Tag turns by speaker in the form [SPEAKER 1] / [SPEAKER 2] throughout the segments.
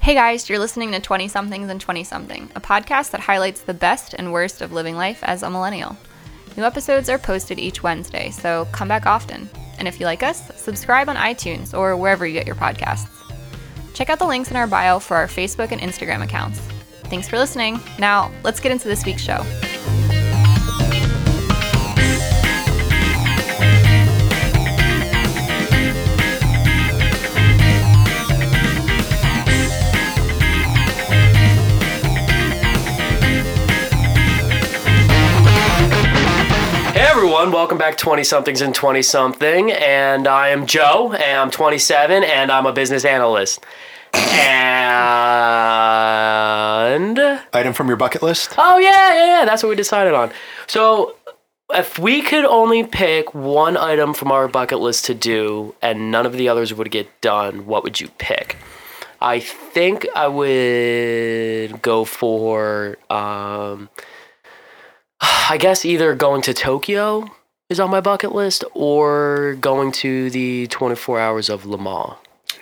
[SPEAKER 1] Hey guys, you're listening to 20 somethings and 20 something, a podcast that highlights the best and worst of living life as a millennial. New episodes are posted each Wednesday, so come back often. And if you like us, subscribe on iTunes or wherever you get your podcasts. Check out the links in our bio for our Facebook and Instagram accounts. Thanks for listening. Now, let's get into this week's show.
[SPEAKER 2] Hey everyone, welcome back 20 somethings and 20 something. And I am Joe, and I'm 27, and I'm a business analyst. And
[SPEAKER 3] item from your bucket list?
[SPEAKER 2] oh, yeah, yeah, yeah, that's what we decided on. So, if we could only pick one item from our bucket list to do and none of the others would get done, what would you pick? I think I would go for, um, I guess, either going to Tokyo is on my bucket list or going to the 24 hours of Le Mans.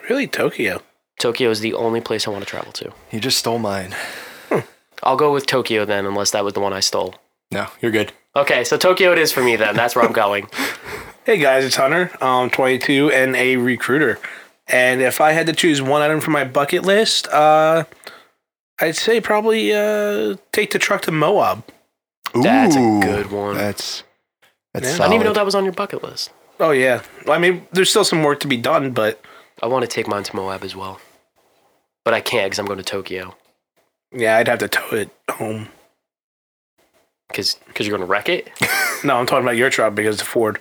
[SPEAKER 4] Really, Tokyo.
[SPEAKER 2] Tokyo is the only place I want to travel to.
[SPEAKER 3] You just stole mine.
[SPEAKER 2] I'll go with Tokyo then, unless that was the one I stole.
[SPEAKER 3] No, you're good.
[SPEAKER 2] Okay, so Tokyo it is for me then. That's where I'm going.
[SPEAKER 4] Hey guys, it's Hunter. I'm 22 and a recruiter. And if I had to choose one item from my bucket list, uh, I'd say probably uh, take the truck to Moab.
[SPEAKER 2] That's a good one.
[SPEAKER 3] That's that's
[SPEAKER 4] Yeah.
[SPEAKER 2] I didn't even know
[SPEAKER 3] solid.
[SPEAKER 2] that was on your bucket list.
[SPEAKER 4] Oh yeah. Well, I mean, there's still some work to be done, but
[SPEAKER 2] I want to take mine to Moab as well, but I can't because I'm going to Tokyo.
[SPEAKER 4] yeah, I'd have to tow it home.
[SPEAKER 2] Because because you're going to wreck it.
[SPEAKER 4] No, I'm talking about your truck because it's a Ford.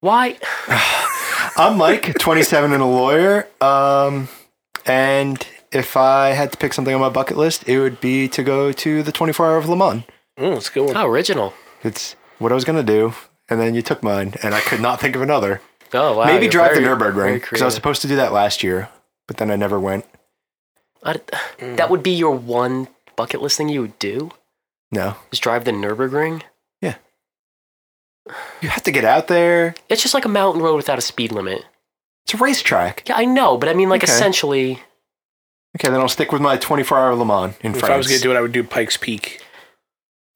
[SPEAKER 2] Why?
[SPEAKER 3] I'm Mike, 27 and a lawyer. Um, and if I had to pick something on my bucket list, it would be to go to the 24 hour of Le Mans.
[SPEAKER 4] Mm, it's a good one.
[SPEAKER 2] How Oh, original.
[SPEAKER 3] It's what I was gonna do, and then you took mine, and I could not think of another.
[SPEAKER 2] Oh wow.
[SPEAKER 3] Maybe
[SPEAKER 2] you're
[SPEAKER 3] drive
[SPEAKER 2] very-
[SPEAKER 3] the Nurburgring
[SPEAKER 2] very
[SPEAKER 3] because I
[SPEAKER 2] creative.
[SPEAKER 3] was supposed to do that last year, but then I never went.
[SPEAKER 2] I
[SPEAKER 4] Mm.
[SPEAKER 2] d- that would be your one bucket list thing you would do
[SPEAKER 3] No,
[SPEAKER 2] is drive the Nurburgring.
[SPEAKER 3] you have to get out there.
[SPEAKER 2] It's just like a mountain road without a speed limit.
[SPEAKER 3] It's a racetrack.
[SPEAKER 2] Yeah, I know, but I mean, like
[SPEAKER 3] Okay.
[SPEAKER 2] essentially,
[SPEAKER 3] Okay, then I'll stick with my 24 hour Le Mans in
[SPEAKER 4] If
[SPEAKER 3] France.
[SPEAKER 4] I was gonna do it, I would do Pikes Peak.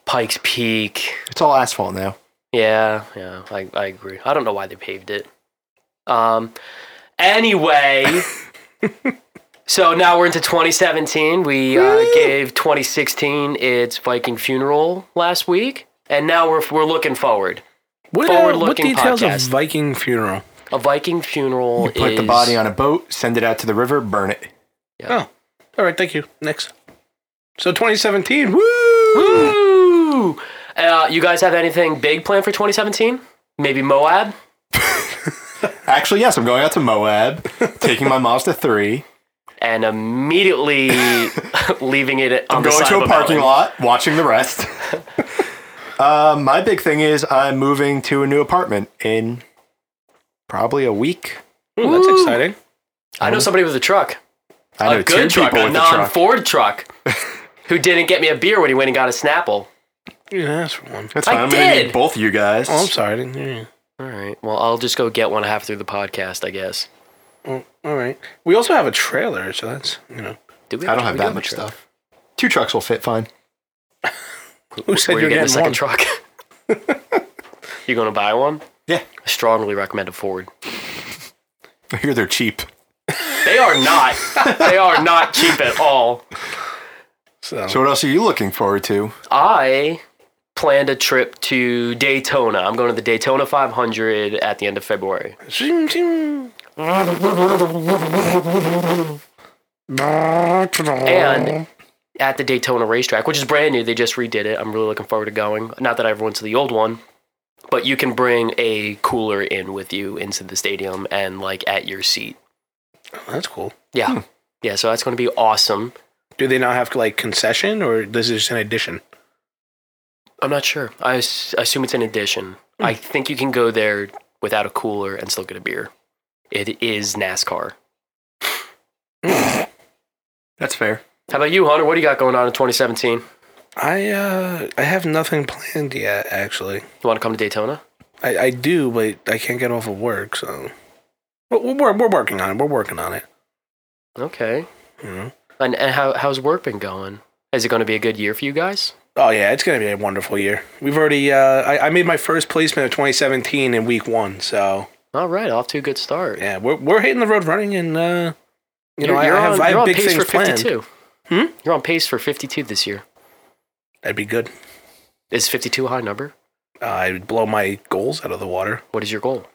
[SPEAKER 2] Pikes Peak.
[SPEAKER 3] it's all asphalt now.
[SPEAKER 2] Yeah, yeah, I, I agree. I don't know why they paved it. Um, anyway, so now we're into 2017. We uh, gave 2016 its Viking funeral last week, and now we're we're looking forward.
[SPEAKER 4] What, uh, what
[SPEAKER 2] Forward-looking
[SPEAKER 4] details of
[SPEAKER 2] podcast.
[SPEAKER 4] Viking funeral?
[SPEAKER 2] A Viking funeral
[SPEAKER 3] You put
[SPEAKER 2] is
[SPEAKER 3] the body on a boat, send it out to the river, burn it.
[SPEAKER 2] Yeah.
[SPEAKER 4] Oh, all right. Thank you. Next. So 2017. Woo!
[SPEAKER 2] Woo! Uh, you guys have anything big planned for 2017? Maybe Moab.
[SPEAKER 3] Actually, yes, I'm going out to Moab, taking my Mazda 3.
[SPEAKER 2] And immediately leaving it on
[SPEAKER 3] I'm
[SPEAKER 2] the
[SPEAKER 3] going
[SPEAKER 2] side
[SPEAKER 3] to
[SPEAKER 2] of
[SPEAKER 3] a parking
[SPEAKER 2] mountain.
[SPEAKER 3] lot, watching the rest. um, my big thing is I'm moving to a new apartment in probably a week.
[SPEAKER 4] Ooh, that's exciting.
[SPEAKER 2] I know somebody with a truck.
[SPEAKER 3] I know
[SPEAKER 2] a good
[SPEAKER 3] two
[SPEAKER 2] truck, a
[SPEAKER 3] people with a truck.
[SPEAKER 2] non-Ford truck, who didn't get me a beer when he went and got a Snapple.
[SPEAKER 4] Yeah, that's one.
[SPEAKER 3] That's
[SPEAKER 2] I
[SPEAKER 3] fine. I'm gonna
[SPEAKER 2] did.
[SPEAKER 3] need both of you guys.
[SPEAKER 4] Oh, I'm sorry. I didn't hear you.
[SPEAKER 2] All right. Well, I'll just go get one half through the podcast, I guess.
[SPEAKER 4] Oh, all right. We also have a trailer, so that's you know.
[SPEAKER 2] Do we?
[SPEAKER 3] I
[SPEAKER 2] do
[SPEAKER 3] don't have
[SPEAKER 2] we
[SPEAKER 3] that
[SPEAKER 2] a
[SPEAKER 3] much
[SPEAKER 2] truck?
[SPEAKER 3] stuff. Two trucks will fit fine.
[SPEAKER 4] Who said
[SPEAKER 2] Where
[SPEAKER 4] you're
[SPEAKER 2] you getting a
[SPEAKER 4] getting
[SPEAKER 2] second
[SPEAKER 4] one?
[SPEAKER 2] truck? you gonna buy one?
[SPEAKER 3] Yeah.
[SPEAKER 2] I strongly recommend a Ford.
[SPEAKER 3] I hear they're cheap.
[SPEAKER 2] They are not. they are not cheap at all.
[SPEAKER 4] So,
[SPEAKER 3] So what else are you looking forward to?
[SPEAKER 2] I planned a trip to Daytona. I'm going to the Daytona 500 at the end of February.
[SPEAKER 4] Zoom, zoom.
[SPEAKER 2] and at the Daytona racetrack, which is brand new. They just redid it. I'm really looking forward to going. Not that I've went to the old one, but you can bring a cooler in with you into the stadium and like at your seat.
[SPEAKER 4] that's cool.
[SPEAKER 2] Yeah. Yeah, so that's going to be awesome.
[SPEAKER 4] Do they not have like concession, or this is just an addition?
[SPEAKER 2] I'm not sure. I s- assume it's an addition. I think you can go there without a cooler and still get a beer. It is NASCAR.
[SPEAKER 3] That's fair.
[SPEAKER 2] How about you, Hunter? What do you got going on in 2017? You
[SPEAKER 4] I uh, I have nothing planned yet. Actually,
[SPEAKER 2] want to come to Daytona?
[SPEAKER 4] I, I do, but I can't get off of work, so. But We're, we're, we're working on it. We're working on it.
[SPEAKER 2] Okay.
[SPEAKER 4] You know?
[SPEAKER 2] I And, and how, how's work been going? Is it going to be a good year for you guys?
[SPEAKER 4] Oh yeah, it's gonna be a wonderful year. We've already uh, I, I made my first placement of 2017 in week one, so
[SPEAKER 2] All right, off to a good start.
[SPEAKER 4] yeah, we're we're hitting the road running, and uh, you know I, I have,
[SPEAKER 2] on, you're
[SPEAKER 4] I have
[SPEAKER 2] on
[SPEAKER 4] big
[SPEAKER 2] pace
[SPEAKER 4] things
[SPEAKER 2] for
[SPEAKER 4] planned.
[SPEAKER 2] 52.
[SPEAKER 4] Hmm?
[SPEAKER 2] You're on pace for 52 this year.
[SPEAKER 4] That'd be good.
[SPEAKER 2] Is 52 a high number?
[SPEAKER 4] Uh, I would blow my goals out of the water.
[SPEAKER 2] What is your goal?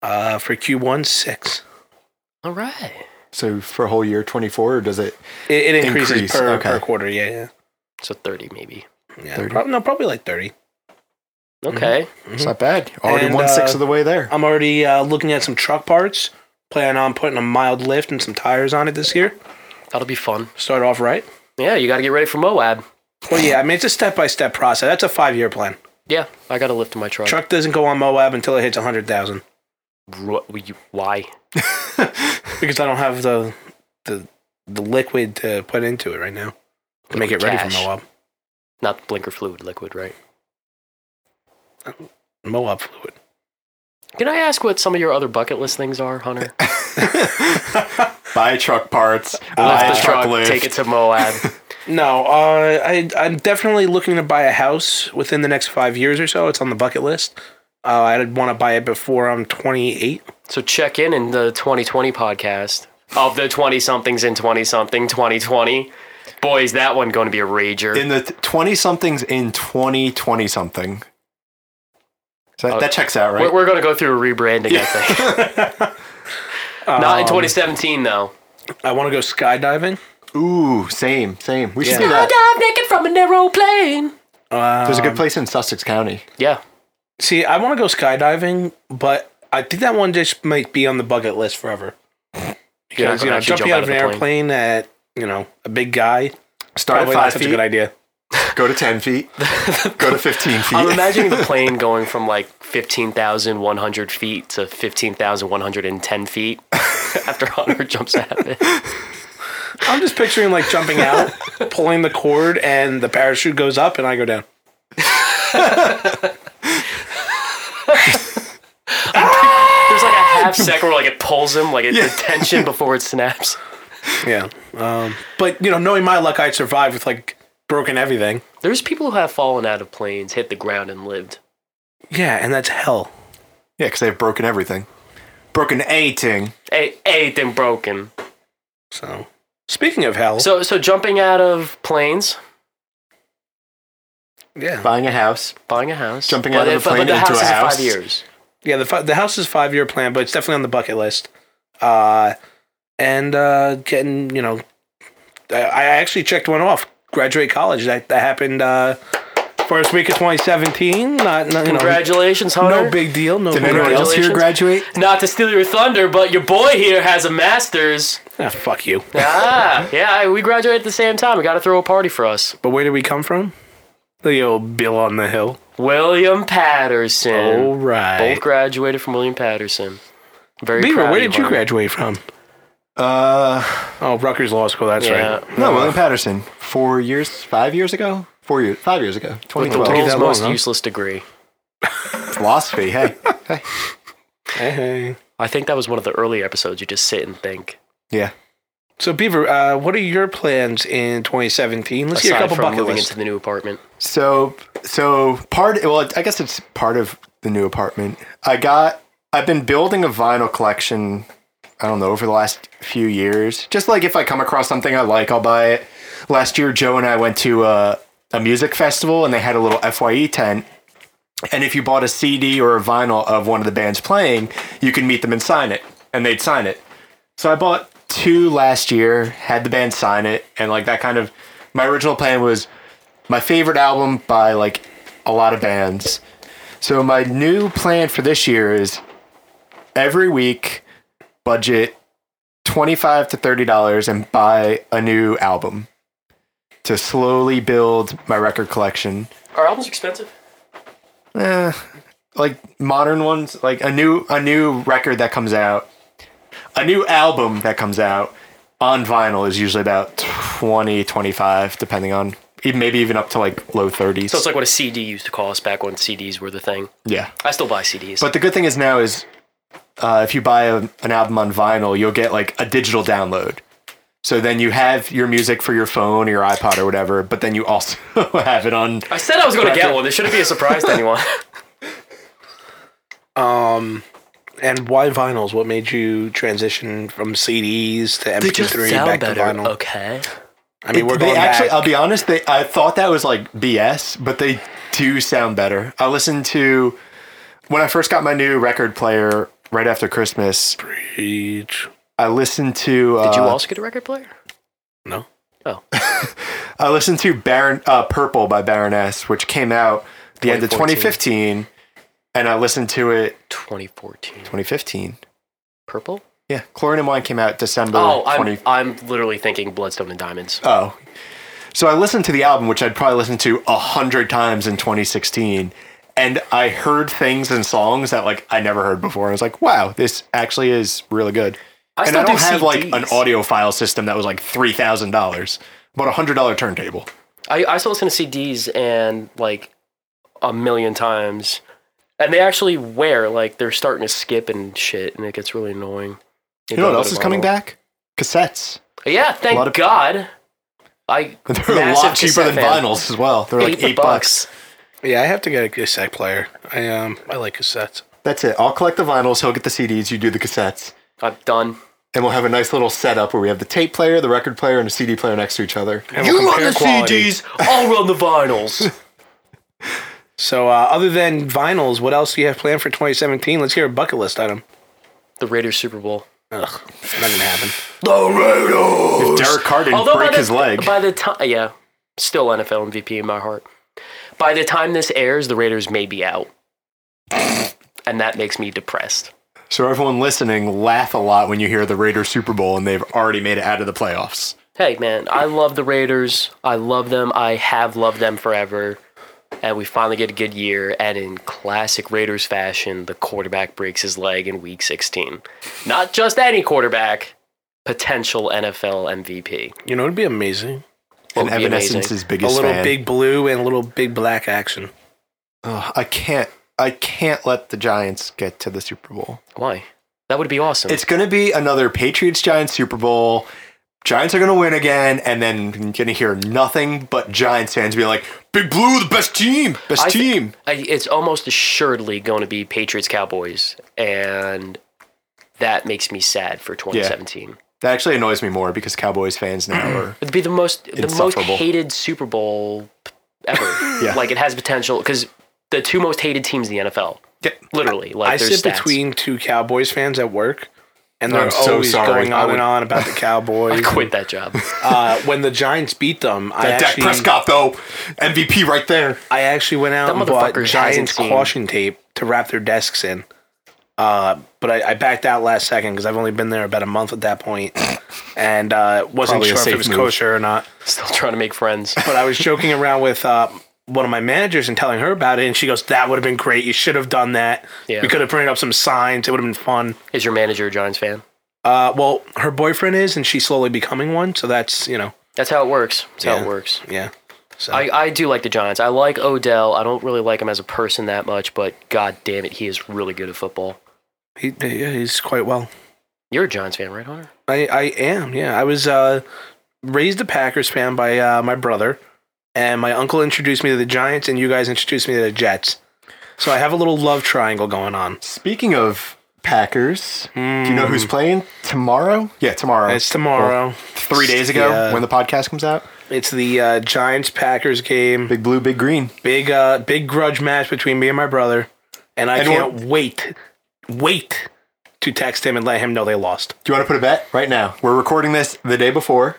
[SPEAKER 4] Uh, for Q1 six,
[SPEAKER 2] All right.
[SPEAKER 3] So for a whole year, 24, or does it?
[SPEAKER 4] it, it increases
[SPEAKER 3] Increase,
[SPEAKER 4] per
[SPEAKER 3] okay.
[SPEAKER 4] per quarter. Yeah,
[SPEAKER 2] So 30 maybe.
[SPEAKER 4] yeah, yeah.
[SPEAKER 3] 30.
[SPEAKER 4] Prob- no, probably like 30. Mm-hmm.
[SPEAKER 2] Okay.
[SPEAKER 3] It's not bad. Already
[SPEAKER 4] And,
[SPEAKER 3] one sixth
[SPEAKER 4] uh,
[SPEAKER 3] of the way there.
[SPEAKER 4] I'm already uh, looking at some truck parts. Plan on putting a mild lift and some tires on it this year.
[SPEAKER 2] That'll be fun.
[SPEAKER 4] Start off right.
[SPEAKER 2] Yeah, you got to get ready for Moab.
[SPEAKER 4] Well, yeah, I mean it's a step by step process. That's a five year plan.
[SPEAKER 2] Yeah, I got to lift in my truck.
[SPEAKER 4] Truck doesn't go on Moab until it hits 100,000
[SPEAKER 2] Ru- you- Why?
[SPEAKER 4] because I don't have the the the liquid to put into it right now to make it
[SPEAKER 2] Liquid
[SPEAKER 4] ready
[SPEAKER 2] cash.
[SPEAKER 4] for Moab.
[SPEAKER 2] Not blinker fluid, liquid, right?
[SPEAKER 4] Moab fluid.
[SPEAKER 2] Can I ask what some of your other bucket list things are, Hunter?
[SPEAKER 3] Buy truck parts.
[SPEAKER 2] Lift
[SPEAKER 3] buy
[SPEAKER 2] the
[SPEAKER 3] truck
[SPEAKER 2] truck,
[SPEAKER 3] lift.
[SPEAKER 2] take it to Moab.
[SPEAKER 4] No, uh, I I'm definitely looking to buy a house within the next five years or so. It's on the bucket list. Uh, I'd want to buy it before I'm 28.
[SPEAKER 2] so check in in the 2020 podcast of the 20 somethings in 20 something 2020. Boy, is that one going to be a rager.
[SPEAKER 3] in the 20 somethings in 2020 something. So that, that checks out, right?
[SPEAKER 2] We're, we're going to go through a rebranding, I think.
[SPEAKER 4] Um,
[SPEAKER 2] Not in 2017, though.
[SPEAKER 4] I want to go skydiving.
[SPEAKER 3] Ooh, same, same. We should do that.
[SPEAKER 2] Dive naked from an aeroplane.
[SPEAKER 4] Uh,
[SPEAKER 3] There's a good place in Sussex County.
[SPEAKER 2] Yeah.
[SPEAKER 4] see, I want to go skydiving, but I think that one just might be on the bucket list forever.
[SPEAKER 2] You're not
[SPEAKER 4] Because you
[SPEAKER 2] gonna
[SPEAKER 4] know,
[SPEAKER 2] actually
[SPEAKER 4] jumping out of an airplane at you know a big guy
[SPEAKER 3] Start
[SPEAKER 4] probably
[SPEAKER 3] at
[SPEAKER 4] not
[SPEAKER 3] five
[SPEAKER 4] such a good
[SPEAKER 3] feet.
[SPEAKER 4] idea.
[SPEAKER 3] Go to 10 feet. go to 15 feet.
[SPEAKER 2] I'm imagining the plane going from like 15,100 feet to 15,110 feet after Hunter jumps out of it.
[SPEAKER 4] I'm just picturing like jumping out, pulling the cord, and the parachute goes up, and I go down.
[SPEAKER 2] There's like a half second where like it pulls him, like it, the tension before it snaps.
[SPEAKER 4] Yeah. Um, but you know, knowing my luck, I'd survive with like broken everything.
[SPEAKER 2] There's people who have fallen out of planes, hit the ground, and lived.
[SPEAKER 4] Yeah, and that's hell.
[SPEAKER 3] yeah, because they've broken everything. Broken a ting.
[SPEAKER 2] A- anything broken.
[SPEAKER 4] So speaking of hell,
[SPEAKER 2] So, so jumping out of planes,
[SPEAKER 4] yeah,
[SPEAKER 3] Buying a house.
[SPEAKER 2] buying a house,
[SPEAKER 3] Jumping out of a
[SPEAKER 2] if-
[SPEAKER 3] plane
[SPEAKER 2] the
[SPEAKER 3] into
[SPEAKER 2] house
[SPEAKER 3] a
[SPEAKER 2] is
[SPEAKER 3] house.
[SPEAKER 2] Five years.
[SPEAKER 4] yeah. The fi- the house is five year plan, but it's definitely on the bucket list. Uh, and uh, getting you know, I, I actually checked one off. Graduate college. That that happened uh, first week of 2017. Not, not you know,
[SPEAKER 2] Congratulations, Hunter.
[SPEAKER 4] no big deal. No
[SPEAKER 3] Did
[SPEAKER 4] big
[SPEAKER 3] anyone
[SPEAKER 4] deal.
[SPEAKER 3] else here
[SPEAKER 2] Congratulations.
[SPEAKER 3] graduate?
[SPEAKER 2] Not to steal your thunder, but your boy here has a master's.
[SPEAKER 4] Ah, fuck you.
[SPEAKER 2] Ah, yeah, we graduated at the same time. We got to throw a party for us.
[SPEAKER 4] But where did we come from? The old Bill on the Hill.
[SPEAKER 2] William Patterson.
[SPEAKER 4] All right.
[SPEAKER 2] Both graduated from William Patterson. Very
[SPEAKER 4] Beaver,
[SPEAKER 2] proud
[SPEAKER 4] where
[SPEAKER 2] of
[SPEAKER 4] did you
[SPEAKER 2] Hunter.
[SPEAKER 4] graduate from?
[SPEAKER 3] Uh,
[SPEAKER 4] Oh, Rutgers Law School. That's
[SPEAKER 2] Yeah.
[SPEAKER 4] right.
[SPEAKER 3] no, William Patterson. Four years, five years ago? Four years, five years ago.
[SPEAKER 2] With the
[SPEAKER 3] 2012.
[SPEAKER 4] Take
[SPEAKER 2] world's
[SPEAKER 4] that
[SPEAKER 2] most
[SPEAKER 4] long, huh?
[SPEAKER 2] useless degree.
[SPEAKER 3] Philosophy, hey. hey.
[SPEAKER 4] Hey, hey.
[SPEAKER 2] I think that was one of the early episodes. You just sit and think.
[SPEAKER 3] Yeah.
[SPEAKER 4] So, Beaver, uh, what are your plans in 2017? Let's hear a
[SPEAKER 2] aside
[SPEAKER 4] couple
[SPEAKER 2] from
[SPEAKER 4] bucket
[SPEAKER 2] moving
[SPEAKER 4] lists.
[SPEAKER 2] into the new apartment.
[SPEAKER 3] So, so part. Well, I guess it's part of the new apartment. I got. I've been building a vinyl collection. I don't know over the last few years. Just like if I come across something I like, I'll buy it. Last year, Joe and I went to a, a music festival, and they had a little Fye tent. And if you bought a CD or a vinyl of one of the bands playing, you could meet them and sign it, and they'd sign it. So I bought two last year, had the band sign it, and like that kind of. My original plan was my favorite album by like a lot of bands. So my new plan for this year is every week budget 25 to 30 dollars and buy a new album to slowly build my record collection.
[SPEAKER 2] Are albums expensive?
[SPEAKER 3] Eh, like modern ones, like a new a new record that comes out, a new album that comes out on vinyl is usually about 20 25 depending on even maybe even up to like low 30s.
[SPEAKER 2] So it's like what a CD used to cost back when CDs were the thing.
[SPEAKER 3] yeah.
[SPEAKER 2] I still buy CDs.
[SPEAKER 3] But the good thing is now is uh, if you buy a, an album on vinyl, you'll get like a digital download. So then you have your music for your phone or your iPod or whatever, but then you also have it on.
[SPEAKER 2] I said I was going to get one. This shouldn't be a surprise to anyone.
[SPEAKER 4] And why vinyls? What made you transition from CDs to MP3 back to vinyl?
[SPEAKER 2] Okay.
[SPEAKER 4] I mean, we're
[SPEAKER 3] they
[SPEAKER 4] going
[SPEAKER 3] actually,
[SPEAKER 4] back.
[SPEAKER 3] I'll be honest, they I thought that was like BS, but they do sound better. I listened to when I first got my new record player right after Christmas.
[SPEAKER 4] Preach.
[SPEAKER 3] I listened to.
[SPEAKER 2] Did you
[SPEAKER 3] uh,
[SPEAKER 2] also get a record player?
[SPEAKER 4] No.
[SPEAKER 2] Oh,
[SPEAKER 3] I listened to Baron uh, Purple by Baroness, which came out the end of
[SPEAKER 2] 2014.
[SPEAKER 3] 2015, and I listened to it
[SPEAKER 2] 2014.
[SPEAKER 3] 2015.
[SPEAKER 2] Purple?
[SPEAKER 3] Yeah, Chlorine and Wine came out December.
[SPEAKER 2] Oh, I'm,
[SPEAKER 3] 20-
[SPEAKER 2] I'm literally thinking Bloodstone and Diamonds.
[SPEAKER 3] Oh. So I listened to the album, which I'd probably listened to a hundred times in 2016, and I heard things and songs that like I never heard before. I was like, wow, this actually is really good.
[SPEAKER 2] I
[SPEAKER 3] and
[SPEAKER 2] still
[SPEAKER 3] I don't
[SPEAKER 2] do
[SPEAKER 3] have like an
[SPEAKER 2] CDs.
[SPEAKER 3] audio file system that was like three thousand dollars, but a hundred dollar turntable.
[SPEAKER 2] I, I still listen to CDs and like a million times. And they actually wear, like, they're starting to skip and shit, and it gets really annoying.
[SPEAKER 3] You know what else is coming back? Cassettes.
[SPEAKER 2] Yeah, thank
[SPEAKER 3] lot of-
[SPEAKER 2] God. I
[SPEAKER 3] They're a
[SPEAKER 2] massive
[SPEAKER 3] lot cheaper
[SPEAKER 2] cassette
[SPEAKER 3] than
[SPEAKER 2] fan.
[SPEAKER 3] vinyls as well. They're like eight bucks.
[SPEAKER 4] Yeah, I have to get a cassette player. I um, I like cassettes.
[SPEAKER 3] That's it. I'll collect the vinyls. He'll get the CDs. You do the cassettes.
[SPEAKER 2] I'm done.
[SPEAKER 3] And we'll have a nice little setup where we have the tape player, the record player, and a CD player next to each other.
[SPEAKER 4] And we'll compare quality.
[SPEAKER 2] I'll run the vinyls.
[SPEAKER 4] So, uh, other than vinyls, what else do you have planned for 2017? Let's hear a bucket list item.
[SPEAKER 2] the Raiders Super Bowl.
[SPEAKER 4] Ugh, not gonna happen.
[SPEAKER 3] If Derek Carr didn't break
[SPEAKER 2] by the,
[SPEAKER 3] his leg.
[SPEAKER 2] By the time, yeah, still NFL MVP in my heart. By the time this airs, the Raiders may be out, and that makes me depressed.
[SPEAKER 3] So everyone listening, laugh a lot when you hear the Raiders Super Bowl and they've already made it out of the playoffs.
[SPEAKER 2] Hey, man, I love the Raiders. I love them. I have loved them forever. And we finally get a good year. And in classic Raiders fashion, the quarterback breaks his leg in week 16. Not just any quarterback, potential NFL MVP.
[SPEAKER 4] You know, it'd be amazing.
[SPEAKER 2] What
[SPEAKER 3] and
[SPEAKER 2] would be
[SPEAKER 3] Evanescence's
[SPEAKER 2] amazing?
[SPEAKER 3] biggest
[SPEAKER 4] a little
[SPEAKER 3] fan.
[SPEAKER 4] big blue and a little big black action.
[SPEAKER 3] Ugh, I can't. I can't let the Giants get to the Super Bowl.
[SPEAKER 2] Why? That would be awesome.
[SPEAKER 3] It's going to be another Patriots Giants Super Bowl. Giants are going to win again, and then you're going to hear nothing but Giants fans be like, "Big Blue, the best team, best
[SPEAKER 2] I thi-
[SPEAKER 3] team."
[SPEAKER 2] I, it's almost assuredly going to be Patriots Cowboys, and that makes me sad for 2017.
[SPEAKER 3] That actually annoys me more because Cowboys fans now are.
[SPEAKER 2] It'd be the most the most
[SPEAKER 3] Insufferable.
[SPEAKER 2] hated Super Bowl ever.
[SPEAKER 3] Yeah.
[SPEAKER 2] Like it has potential because the two most hated teams in the NFL, literally. Like
[SPEAKER 4] I
[SPEAKER 2] their
[SPEAKER 4] sit
[SPEAKER 2] stats.
[SPEAKER 4] between two Cowboys fans at work, and they're
[SPEAKER 3] I'm so
[SPEAKER 4] always
[SPEAKER 3] sorry.
[SPEAKER 4] going
[SPEAKER 3] I
[SPEAKER 4] on
[SPEAKER 3] would-
[SPEAKER 4] and on about the Cowboys.
[SPEAKER 2] I quit that job.
[SPEAKER 4] Uh, when the Giants beat them, I
[SPEAKER 3] That Dak
[SPEAKER 4] actually,
[SPEAKER 3] Prescott though, MVP right there.
[SPEAKER 4] I actually went out
[SPEAKER 2] That
[SPEAKER 4] and bought
[SPEAKER 2] motherfucker hasn't
[SPEAKER 4] Giants
[SPEAKER 2] seen-
[SPEAKER 4] caution tape to wrap their desks in. Uh, but I, I backed out last second because I've only been there about a month at that point, and uh, wasn't
[SPEAKER 3] Probably a
[SPEAKER 4] sure if
[SPEAKER 3] safe
[SPEAKER 4] it was
[SPEAKER 3] move.
[SPEAKER 4] kosher or not.
[SPEAKER 2] Still trying to make friends.
[SPEAKER 4] But I was joking around with uh, one of my managers and telling her about it, and she goes, "That would have been great. You should have done that.
[SPEAKER 2] Yeah.
[SPEAKER 4] We could have printed up some signs. It would have been fun."
[SPEAKER 2] Is your manager a Giants fan?
[SPEAKER 4] Uh, well, her boyfriend is, and she's slowly becoming one. So that's you know,
[SPEAKER 2] That's how it works. That's how
[SPEAKER 4] Yeah.
[SPEAKER 2] it works.
[SPEAKER 4] yeah. So
[SPEAKER 2] I, I do like the Giants. I like Odell. I don't really like him as a person that much, but god damn it, he is really good at football.
[SPEAKER 4] he, yeah, he's quite well.
[SPEAKER 2] You're a Giants fan, right, Hunter?
[SPEAKER 4] I, I am. Yeah, I was uh, raised a Packers fan by uh, my brother, and my uncle introduced me to the Giants, and you guys introduced me to the Jets. So I have a little love triangle going on.
[SPEAKER 3] Speaking of Packers, do you know who's playing tomorrow? Hmm. Yeah, tomorrow.
[SPEAKER 4] It's tomorrow.
[SPEAKER 3] three days ago
[SPEAKER 4] Yeah.
[SPEAKER 3] when the podcast comes out.
[SPEAKER 4] It's the uh, Giants Packers game.
[SPEAKER 3] Big blue, big green.
[SPEAKER 4] Big uh, big grudge match between me and my brother, and I
[SPEAKER 3] And
[SPEAKER 4] can't wait, wait to text him and let him know they lost.
[SPEAKER 3] Do you want to put a bet right now? We're recording this the day before.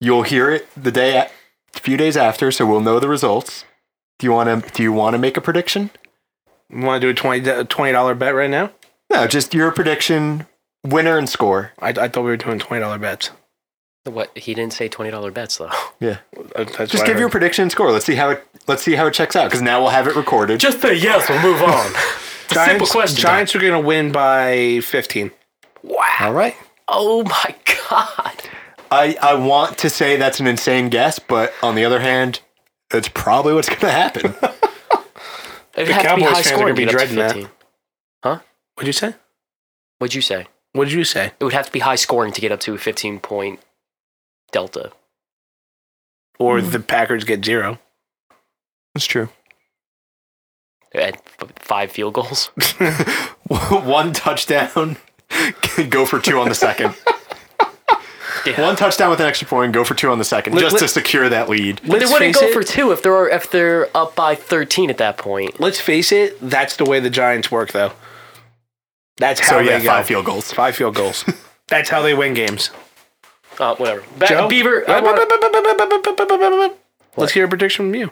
[SPEAKER 3] You'll hear it the day, a a few days after, so we'll know the results. Do you want to? Do you want to make a prediction?
[SPEAKER 4] Want to do a 20 dollar bet right now?
[SPEAKER 3] No, just your prediction, winner and score.
[SPEAKER 4] I, I thought we were doing twenty dollar bets.
[SPEAKER 2] What he didn't say twenty dollar bets though.
[SPEAKER 3] Yeah,
[SPEAKER 4] Uh, That's
[SPEAKER 3] just
[SPEAKER 4] what I
[SPEAKER 3] give your
[SPEAKER 4] heard.
[SPEAKER 3] prediction and score. Let's see how it. Let's see how it checks out because now we'll have it recorded.
[SPEAKER 2] Just say yes, we'll move on. It's a
[SPEAKER 4] Giants,
[SPEAKER 2] simple question.
[SPEAKER 4] Giants are going to win by fifteen.
[SPEAKER 2] Wow.
[SPEAKER 3] All right.
[SPEAKER 2] Oh my god.
[SPEAKER 3] I I want to say that's an insane guess, but on the other hand, that's probably what's going to happen.
[SPEAKER 2] It'd
[SPEAKER 4] The
[SPEAKER 2] have to be
[SPEAKER 4] Cowboys
[SPEAKER 2] high
[SPEAKER 4] fans are
[SPEAKER 2] scoring
[SPEAKER 4] gonna be
[SPEAKER 2] to get up to
[SPEAKER 4] dreading
[SPEAKER 2] 15.
[SPEAKER 4] that. What'd you say?
[SPEAKER 2] What'd you say?
[SPEAKER 4] What'd you say?
[SPEAKER 2] It would have to be high scoring to get up to a fifteen point Delta.
[SPEAKER 4] Or
[SPEAKER 2] Mm-hmm.
[SPEAKER 4] the Packers get zero.
[SPEAKER 3] That's true.
[SPEAKER 2] At f- five field goals.
[SPEAKER 3] One touchdown, go for two on the second.
[SPEAKER 2] Yeah.
[SPEAKER 3] One touchdown with an extra point, go for two on the second,
[SPEAKER 4] Let-
[SPEAKER 3] just
[SPEAKER 4] let-
[SPEAKER 3] to secure that lead.
[SPEAKER 2] But they
[SPEAKER 4] Let's
[SPEAKER 2] wouldn't
[SPEAKER 4] face
[SPEAKER 2] go
[SPEAKER 4] it-
[SPEAKER 2] for two if they're if they're up by thirteen at that point.
[SPEAKER 4] Let's face it, that's the way the Giants work, though. That's
[SPEAKER 3] So
[SPEAKER 4] how they
[SPEAKER 3] yeah,
[SPEAKER 4] go.
[SPEAKER 3] five field goals.
[SPEAKER 4] Five field goals. that's how they win games.
[SPEAKER 2] Uh, whatever. Back,
[SPEAKER 4] Joe?
[SPEAKER 2] Beaver. I wanna-
[SPEAKER 4] Let's hear a prediction from you.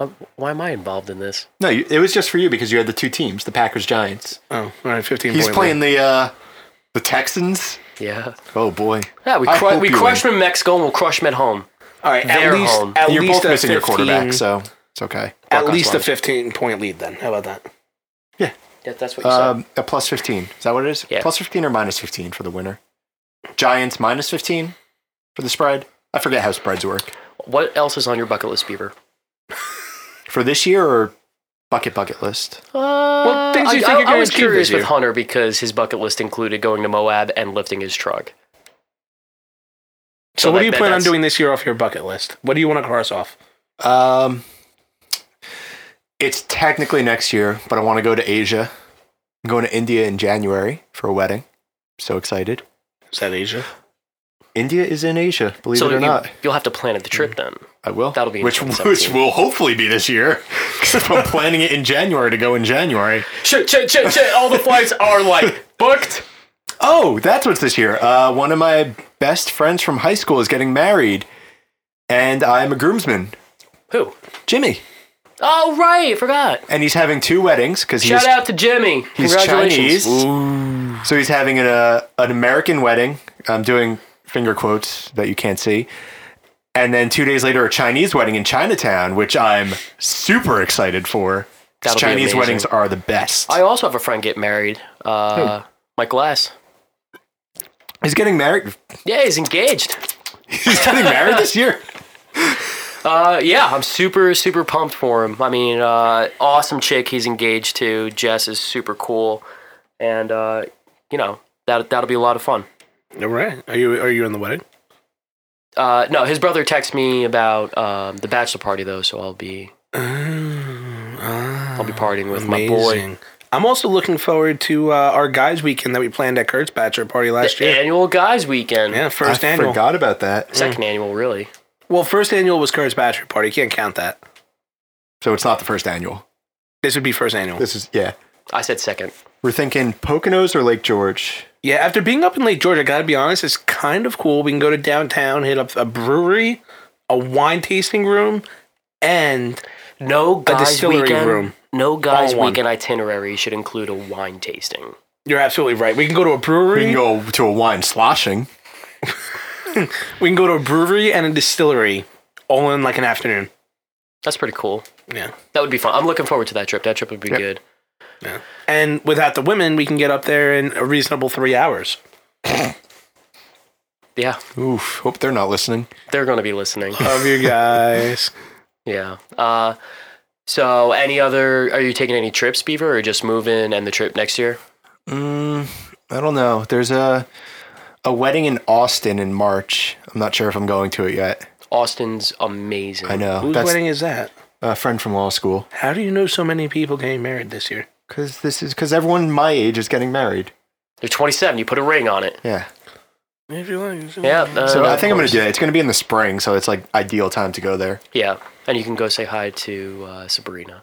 [SPEAKER 2] uh, why am I involved in this?
[SPEAKER 3] No, you, it was just for you because you had the two teams, the Packers Giants.
[SPEAKER 4] Oh, all right, 15
[SPEAKER 3] He's
[SPEAKER 4] point
[SPEAKER 3] playing the uh, the Texans.
[SPEAKER 2] Yeah.
[SPEAKER 3] Oh boy.
[SPEAKER 2] Yeah, we
[SPEAKER 3] I
[SPEAKER 2] cru-
[SPEAKER 3] hope
[SPEAKER 2] we
[SPEAKER 3] you
[SPEAKER 2] crush them in Mexico and we'll crush them at home.
[SPEAKER 4] lead. All right,
[SPEAKER 2] their
[SPEAKER 4] at least,
[SPEAKER 2] home.
[SPEAKER 4] at
[SPEAKER 3] You're
[SPEAKER 4] least
[SPEAKER 3] both
[SPEAKER 4] a
[SPEAKER 3] missing
[SPEAKER 4] 15,
[SPEAKER 3] your quarterback, so it's okay.
[SPEAKER 4] at
[SPEAKER 3] Buckeyes
[SPEAKER 4] least a
[SPEAKER 3] won.
[SPEAKER 4] 15 point lead. Then how about that?
[SPEAKER 2] Yeah, that's what you said.
[SPEAKER 3] Um, a plus 15. Is that what it is?
[SPEAKER 2] Yeah.
[SPEAKER 3] Plus 15 or minus 15 for the winner? Giants minus 15 for the spread? I forget how spreads work.
[SPEAKER 2] What else is on your bucket list, Beaver?
[SPEAKER 3] For this year or bucket bucket list?
[SPEAKER 2] Uh,
[SPEAKER 4] things you
[SPEAKER 2] I,
[SPEAKER 4] think
[SPEAKER 2] I-
[SPEAKER 4] you're
[SPEAKER 2] I
[SPEAKER 4] gonna
[SPEAKER 2] was
[SPEAKER 4] achieve
[SPEAKER 2] curious
[SPEAKER 4] this year.
[SPEAKER 2] with Hunter because his bucket list included going to Moab and lifting his truck.
[SPEAKER 4] So, what
[SPEAKER 2] that-
[SPEAKER 4] do you
[SPEAKER 2] that-
[SPEAKER 4] plan on
[SPEAKER 2] that's-
[SPEAKER 4] doing this year off your bucket list? What do you want to cross off?
[SPEAKER 3] Um, it's technically next year, but I want to go to Asia. I'm going to India in January for a wedding. So excited.
[SPEAKER 4] Is that Asia?
[SPEAKER 3] India is in Asia, believe
[SPEAKER 2] So
[SPEAKER 3] it or
[SPEAKER 2] you,
[SPEAKER 3] not.
[SPEAKER 2] you'll have to plan at the trip then.
[SPEAKER 3] I will.
[SPEAKER 2] That'll be in
[SPEAKER 3] which
[SPEAKER 2] 2017.
[SPEAKER 3] which will hopefully be this year. 'Cause I'm planning it in January to go in January.
[SPEAKER 2] Shit, shit, shit, shit. All the flights are like booked.
[SPEAKER 3] Oh, that's what's this year. Uh, one of my best friends from high school is getting married, and I'm a groomsman,
[SPEAKER 2] Who?
[SPEAKER 3] Jimmy,
[SPEAKER 2] Oh right, forgot.
[SPEAKER 3] and he's having two weddings because he's
[SPEAKER 2] Shout out to Jimmy.
[SPEAKER 3] he's
[SPEAKER 2] Congratulations.
[SPEAKER 3] Chinese. So he's having an uh, an American wedding. I'm doing finger quotes that you can't see. And then two days later, a Chinese wedding in Chinatown, which I'm super excited for.
[SPEAKER 2] That'll
[SPEAKER 3] 'cause
[SPEAKER 2] be
[SPEAKER 3] Chinese
[SPEAKER 2] amazing.
[SPEAKER 3] weddings are the best.
[SPEAKER 2] I also have a friend get married. Uh, Mike Glass.
[SPEAKER 3] he's getting married.
[SPEAKER 2] Yeah, he's engaged.
[SPEAKER 3] He's getting married this year.
[SPEAKER 2] Uh, yeah, I'm super, super pumped for him. I mean, uh, awesome chick he's engaged to. Jess is super cool, and uh, you know that that'll be a lot of fun.
[SPEAKER 4] All right. Are you are you in the wedding?
[SPEAKER 2] Uh, no, his brother texted me about um, the bachelor party though, so I'll be I'll be partying with my boy.
[SPEAKER 4] Mm, ah, Amazing. I'm also looking forward to uh, our guys' weekend that we planned at Kurt's bachelor party last year.
[SPEAKER 2] Annual guys weekend,
[SPEAKER 4] Yeah, Mm. first
[SPEAKER 3] I
[SPEAKER 4] annual.
[SPEAKER 3] forgot about that.
[SPEAKER 2] second annual really.
[SPEAKER 4] Well, first annual was Kurt's bachelor party. You can't count that.
[SPEAKER 3] So it's not the first annual.
[SPEAKER 4] This would be first annual.
[SPEAKER 3] This is yeah.
[SPEAKER 2] I said second.
[SPEAKER 3] We're thinking Poconos or Lake George.
[SPEAKER 4] Yeah, after being up in Lake George, I gotta be honest, it's kind of cool. We can go to downtown, hit up a brewery, a wine tasting room, and
[SPEAKER 2] No guys
[SPEAKER 4] distillery
[SPEAKER 2] weekend.
[SPEAKER 4] room.
[SPEAKER 2] No guys
[SPEAKER 4] All one.
[SPEAKER 2] weekend itinerary should include a wine tasting.
[SPEAKER 4] you're absolutely right. We can go to a brewery.
[SPEAKER 3] We can go to a wine sloshing.
[SPEAKER 4] to a brewery and a distillery, all in like an afternoon.
[SPEAKER 2] That's pretty cool.
[SPEAKER 4] Yeah.
[SPEAKER 2] That would be fun. I'm looking forward to that trip. That trip would be good.
[SPEAKER 4] And without the women, we can get up there in a reasonable three hours.
[SPEAKER 2] Yeah,
[SPEAKER 3] Oof. Hope they're not listening.
[SPEAKER 2] they're going to be listening.
[SPEAKER 4] Love you guys.
[SPEAKER 2] Yeah. Uh, so, any other? Are you taking any trips, Beaver, or just moving and the trip next year?
[SPEAKER 3] Mm, I don't know. There's a a wedding in Austin in March. I'm not sure if I'm going to it yet.
[SPEAKER 2] Austin's amazing.
[SPEAKER 3] I know.
[SPEAKER 4] Whose
[SPEAKER 3] Oh, That's
[SPEAKER 4] wedding is that?
[SPEAKER 3] a friend from law school.
[SPEAKER 4] How do you know so many people getting married this year?
[SPEAKER 3] Cause this is cause everyone my age is getting married.
[SPEAKER 2] They're 27. You put a ring on it.
[SPEAKER 3] Yeah.
[SPEAKER 4] If you like.
[SPEAKER 2] Yeah. uh,
[SPEAKER 3] So
[SPEAKER 4] Oh,
[SPEAKER 2] no,
[SPEAKER 3] I
[SPEAKER 2] of
[SPEAKER 3] think I'm gonna
[SPEAKER 2] course.
[SPEAKER 3] do that. It's gonna be in the spring, so it's like ideal time to go there.
[SPEAKER 2] Yeah, and you can go say hi to uh, Sabrina,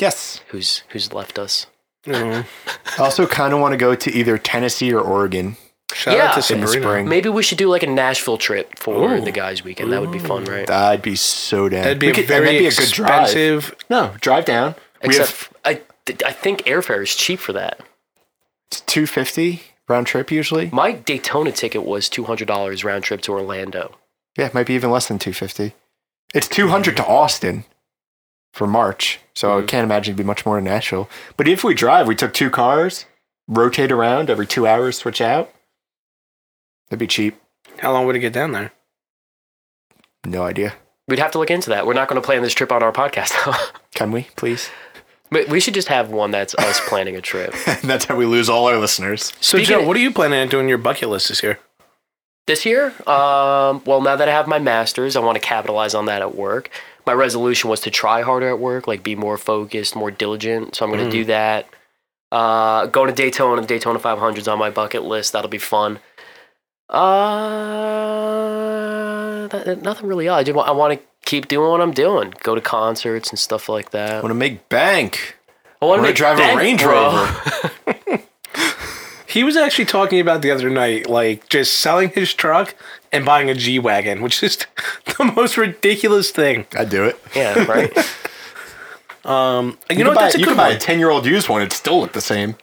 [SPEAKER 3] Yes.
[SPEAKER 2] who's who's left us.
[SPEAKER 4] Mm-hmm.
[SPEAKER 3] I also kinda wanna go to either Tennessee or Oregon
[SPEAKER 4] Shout
[SPEAKER 2] Yeah.
[SPEAKER 4] out to
[SPEAKER 3] in the
[SPEAKER 4] Sabrina.
[SPEAKER 3] spring.
[SPEAKER 2] Maybe we should do like a Nashville trip for
[SPEAKER 4] Ooh.
[SPEAKER 2] the guys' weekend. That would be fun, right?
[SPEAKER 3] That'd be so damn
[SPEAKER 4] That'd be
[SPEAKER 3] We
[SPEAKER 4] a
[SPEAKER 3] could- and
[SPEAKER 4] very
[SPEAKER 3] that'd be a good drive.
[SPEAKER 4] expensive.
[SPEAKER 3] No, drive down. We
[SPEAKER 2] Except
[SPEAKER 3] have
[SPEAKER 2] I, th- I think airfare is cheap for that.
[SPEAKER 3] two fifty round trip usually.
[SPEAKER 2] My Daytona ticket was two hundred dollars round trip to Orlando.
[SPEAKER 3] Yeah, it might be even less than 250. It's 200 to Austin for March, so
[SPEAKER 4] Mm-hmm.
[SPEAKER 3] I can't imagine it'd be much more to Nashville. But if we drive, we took two cars, rotate around every two hours, switch out. That'd be cheap.
[SPEAKER 4] How long would it get down there?
[SPEAKER 3] No idea.
[SPEAKER 2] We'd have to look into that. We're not going to plan this trip on our podcast, though.
[SPEAKER 3] Can we, please?
[SPEAKER 2] But we should just have one that's us planning a trip.
[SPEAKER 3] That's how we lose all our listeners.
[SPEAKER 4] So,
[SPEAKER 2] Speaking
[SPEAKER 4] Joe,
[SPEAKER 2] of-
[SPEAKER 4] what are you planning on doing your bucket list this year?
[SPEAKER 2] This year, um, well, now that I have my master's, I want to capitalize on that at work. My resolution was to try harder at work, like be more focused, more diligent. So I'm going to
[SPEAKER 3] Mm.
[SPEAKER 2] do that. Uh, going to Daytona, Daytona 500 is on my bucket list. That'll be fun. Uh, that, nothing really. Else. I just want, I want to keep doing what I'm doing. Go to concerts and stuff like that.
[SPEAKER 3] I want to make bank.
[SPEAKER 2] I want
[SPEAKER 3] I want to drive a Range Rover.
[SPEAKER 4] He was actually talking about the other night, like just selling his truck and buying a G wagon, which is the most ridiculous thing.
[SPEAKER 3] I'd do it.
[SPEAKER 2] Yeah, right.
[SPEAKER 4] And
[SPEAKER 3] You,
[SPEAKER 4] you, know
[SPEAKER 3] can
[SPEAKER 4] what?
[SPEAKER 3] buy,
[SPEAKER 4] That's a
[SPEAKER 3] you
[SPEAKER 4] good
[SPEAKER 3] can buy a
[SPEAKER 4] one.
[SPEAKER 3] 10 year old used one. It'd still look the same.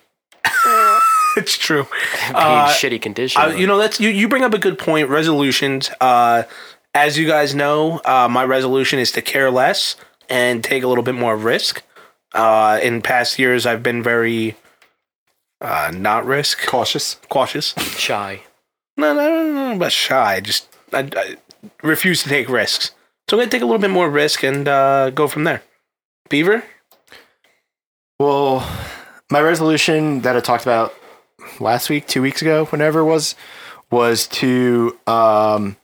[SPEAKER 4] It's true.
[SPEAKER 2] Paid shitty condition.
[SPEAKER 4] Uh, you know, that's you. You bring up a good point. Resolutions. Uh, as you guys know, uh, my resolution is to care less and take a little bit more risk. Uh, in past years, I've been very uh, not risk
[SPEAKER 3] Cautious.
[SPEAKER 4] cautious.
[SPEAKER 2] shy.
[SPEAKER 4] No, no, no, no, no, but shy. Just I, I refuse to take risks. So I'm gonna take a little bit more risk and uh, go from there. Beaver.
[SPEAKER 3] Well, my resolution that I talked about last week, two weeks ago, whenever it was, was to um,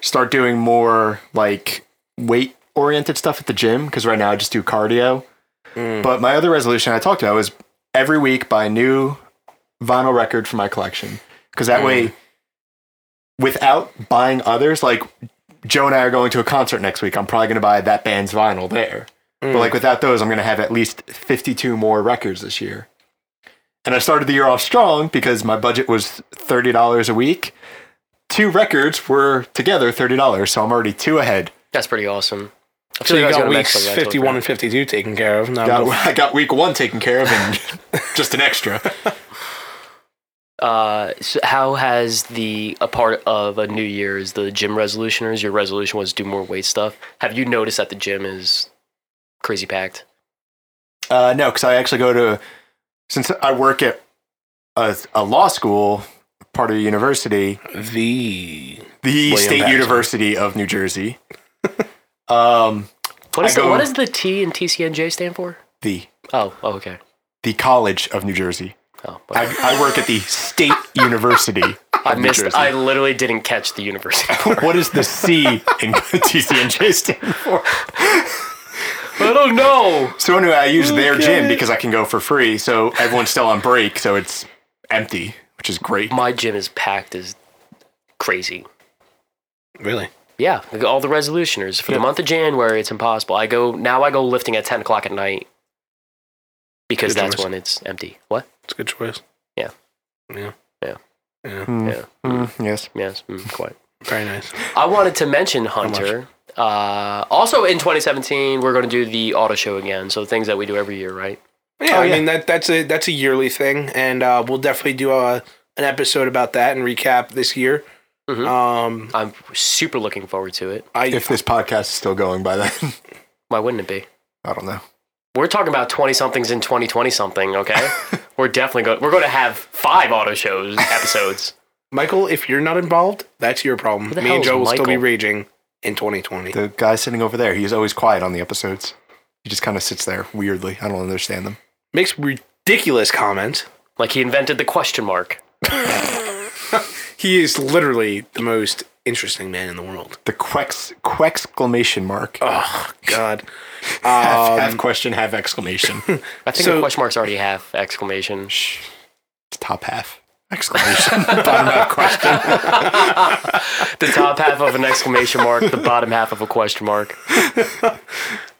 [SPEAKER 3] start doing more like weight oriented stuff at the gym because right now I just do cardio. But my other resolution I talked about was every week buy a new vinyl record for my collection because that way, without buying others, like Joe and I are going to a concert next week, I'm probably going to buy that band's vinyl there. But like without those, I'm going to have at least 52 more records this year. And I started the year off strong because my budget was $30 a week. Two records were together $30, so I'm already two ahead.
[SPEAKER 2] That's pretty awesome. I
[SPEAKER 4] So
[SPEAKER 2] feel like I was
[SPEAKER 4] you got
[SPEAKER 2] gonna make
[SPEAKER 4] weeks
[SPEAKER 2] something I told you.
[SPEAKER 4] 51 and 52 taken care of. Now
[SPEAKER 3] Got,
[SPEAKER 4] go-
[SPEAKER 3] I got week one taken care of and just an extra.
[SPEAKER 2] Uh, so how has the a part of a new year is the gym resolution, or is your resolution was to do more weight stuff? Have you noticed that the gym is crazy packed?
[SPEAKER 3] Uh, no, because I actually go to since I work at a, a law school, part of a university,
[SPEAKER 4] the
[SPEAKER 3] the
[SPEAKER 2] William
[SPEAKER 3] State
[SPEAKER 2] Patterson.
[SPEAKER 3] University of New Jersey. um,
[SPEAKER 2] What
[SPEAKER 3] I
[SPEAKER 2] is the,
[SPEAKER 3] go-
[SPEAKER 2] what does the T in TCNJ stand for?
[SPEAKER 3] the
[SPEAKER 2] Oh, oh okay.
[SPEAKER 3] the College of New Jersey.
[SPEAKER 2] Oh,
[SPEAKER 3] I,
[SPEAKER 2] I,
[SPEAKER 3] I work at the State University. Of
[SPEAKER 2] I missed.
[SPEAKER 3] New Jersey.
[SPEAKER 2] I literally didn't catch the university.
[SPEAKER 3] what does the C in TCNJ stand for?
[SPEAKER 2] I don't know.
[SPEAKER 3] So anyway, I use their gym because I can go for free. So everyone's still on break, so it's empty, which is great.
[SPEAKER 2] My gym is packed as crazy.
[SPEAKER 4] really.
[SPEAKER 2] Yeah, like all the resolutioners for the month of January. It's impossible. I go now. I go lifting at ten o'clock at night because
[SPEAKER 4] Good
[SPEAKER 2] that's
[SPEAKER 4] choice.
[SPEAKER 2] when it's empty. What?
[SPEAKER 4] It's a good choice.
[SPEAKER 2] Yeah.
[SPEAKER 4] Yeah.
[SPEAKER 2] Yeah.
[SPEAKER 4] Yeah.
[SPEAKER 2] Yeah.
[SPEAKER 3] Mm, yes.
[SPEAKER 2] Yes. Mm, quite.
[SPEAKER 4] Very nice.
[SPEAKER 2] I wanted to mention Hunter. Uh, also in 2017, we're going to do the auto show again. So things that we do every year, right?
[SPEAKER 4] Yeah,
[SPEAKER 3] Oh,
[SPEAKER 4] I
[SPEAKER 3] yeah.
[SPEAKER 4] mean that that's a that's a yearly thing, and uh, we'll definitely do a, an episode about that and recap this year.
[SPEAKER 2] Mhm.
[SPEAKER 4] Um,
[SPEAKER 2] I'm super looking forward to it.
[SPEAKER 4] I
[SPEAKER 3] If this podcast is still going by then,
[SPEAKER 2] Why wouldn't it be?
[SPEAKER 3] I don't know.
[SPEAKER 2] We're talking about 20 somethings in 2020 something. Okay, we're definitely going. We're going to have five auto shows episodes.
[SPEAKER 4] Michael, if you're not involved, that's your problem.
[SPEAKER 2] the
[SPEAKER 4] Me
[SPEAKER 2] hell
[SPEAKER 4] and
[SPEAKER 2] is
[SPEAKER 4] Joe will still be
[SPEAKER 2] Michael?
[SPEAKER 4] raging in 2020.
[SPEAKER 3] The guy sitting over there, he's always quiet on the episodes. He just kind of sits there weirdly. I don't understand them.
[SPEAKER 4] Makes ridiculous comments.
[SPEAKER 2] like he invented the question mark.
[SPEAKER 4] He is literally the most interesting man in the world.
[SPEAKER 3] The quex quexclamation mark.
[SPEAKER 4] Oh God.
[SPEAKER 3] half, half
[SPEAKER 4] Um,
[SPEAKER 3] question, half exclamation.
[SPEAKER 2] I think
[SPEAKER 4] So-
[SPEAKER 2] the question marks already have exclamation.
[SPEAKER 3] Shh. It's top half exclamation. Bottom half question.
[SPEAKER 2] The top half of an exclamation mark. The bottom half of a question mark.